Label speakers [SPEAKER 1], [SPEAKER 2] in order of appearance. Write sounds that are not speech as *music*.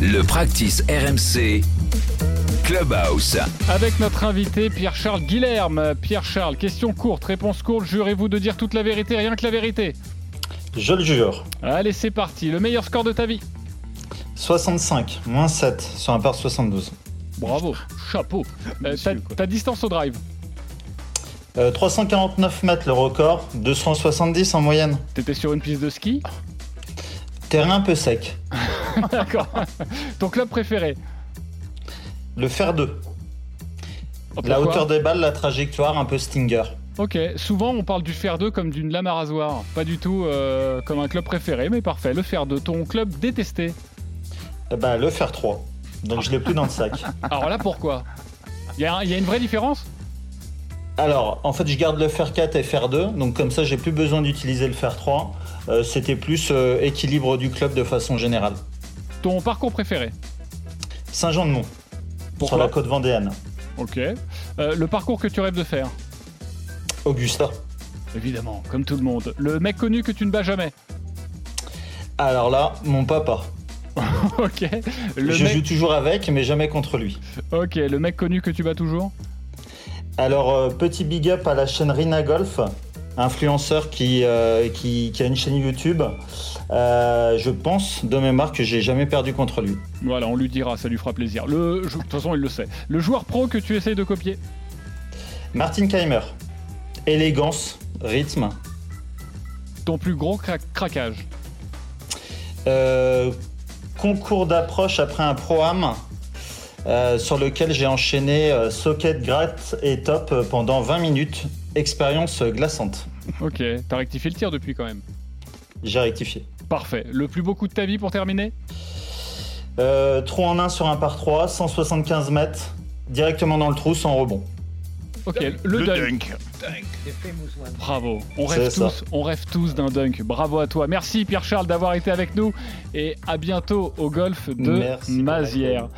[SPEAKER 1] Le practice RMC Clubhouse.
[SPEAKER 2] Avec notre invité Pierre-Charles Guilherme. Pierre-Charles, question courte, réponse courte. Jurez-vous de dire toute la vérité, rien que la vérité
[SPEAKER 3] Je le jure.
[SPEAKER 2] Allez, c'est parti. Le meilleur score de ta vie
[SPEAKER 3] 65, moins 7 sur un par 72.
[SPEAKER 2] Bravo, chapeau. Euh, ta, ta distance au drive
[SPEAKER 3] Euh, 349 mètres le record, 270 en moyenne.
[SPEAKER 2] T'étais sur une piste de
[SPEAKER 3] *laughs*
[SPEAKER 2] ski
[SPEAKER 3] Terrain un peu sec.
[SPEAKER 2] D'accord. Ton club préféré
[SPEAKER 3] Le fer 2.
[SPEAKER 2] Oh,
[SPEAKER 3] La
[SPEAKER 2] pourquoi
[SPEAKER 3] hauteur des balles, la trajectoire, un peu stinger.
[SPEAKER 2] Ok, souvent on parle du fer 2 comme d'une lame à rasoir. Pas du tout euh, comme un club préféré, mais parfait. Le fer 2, ton club détesté.
[SPEAKER 3] Eh ben, le fer 3. Donc je l'ai plus dans
[SPEAKER 2] *laughs*
[SPEAKER 3] le sac.
[SPEAKER 2] Alors là, pourquoi Il y, a un- il y a une vraie différence
[SPEAKER 3] Alors, en fait, je garde le fer 4 et fer 2. Donc comme ça, j'ai plus besoin d'utiliser le fer 3. Euh, C'était plus euh, équilibre du club de façon générale.
[SPEAKER 2] Ton parcours préféré
[SPEAKER 3] Saint-Jean-de-Mont, sur
[SPEAKER 2] Pourquoi
[SPEAKER 3] la côte vendéenne.
[SPEAKER 2] Ok. Euh, le parcours que tu rêves de faire
[SPEAKER 3] Augusta.
[SPEAKER 2] Évidemment, comme tout le monde. Le mec connu que tu ne bats jamais *laughs*
[SPEAKER 3] Alors là, mon papa.
[SPEAKER 2] Ok. Le
[SPEAKER 3] je
[SPEAKER 2] mec...
[SPEAKER 3] joue toujours avec, mais jamais contre lui.
[SPEAKER 2] Ok, le mec connu que tu bats toujours
[SPEAKER 3] Alors, euh, petit big up à la chaîne Rina Golf, influenceur qui, euh, qui, qui a une chaîne YouTube. Euh, je pense de mémoire que j'ai jamais perdu contre lui.
[SPEAKER 2] Voilà, on lui dira, ça lui fera plaisir. Le... De toute façon, il le sait. Le joueur pro que tu essayes de copier
[SPEAKER 3] Martin Keimer, élégance, rythme,
[SPEAKER 2] Ton plus gros cra- craquage
[SPEAKER 3] Euh, concours d'approche après un pro-am. euh, sur lequel j'ai enchaîné euh, socket, gratte et top euh, pendant 20 minutes. Expérience euh, glaçante.
[SPEAKER 2] Ok, t'as rectifié le tir depuis quand même.
[SPEAKER 3] J'ai rectifié.
[SPEAKER 2] Parfait. Le plus beau coup de ta vie pour terminer
[SPEAKER 3] Euh, trou en 1 sur un par 3, 175 mètres, directement dans le trou sans rebond.
[SPEAKER 2] Ok, le, dunk. Bravo. On rêve
[SPEAKER 3] C'est ça.
[SPEAKER 2] tous, on rêve tous d'un dunk. Bravo à toi. Merci Pierre-Charles d'avoir été avec nous et à bientôt au golf de
[SPEAKER 3] Merci,
[SPEAKER 2] Mazières.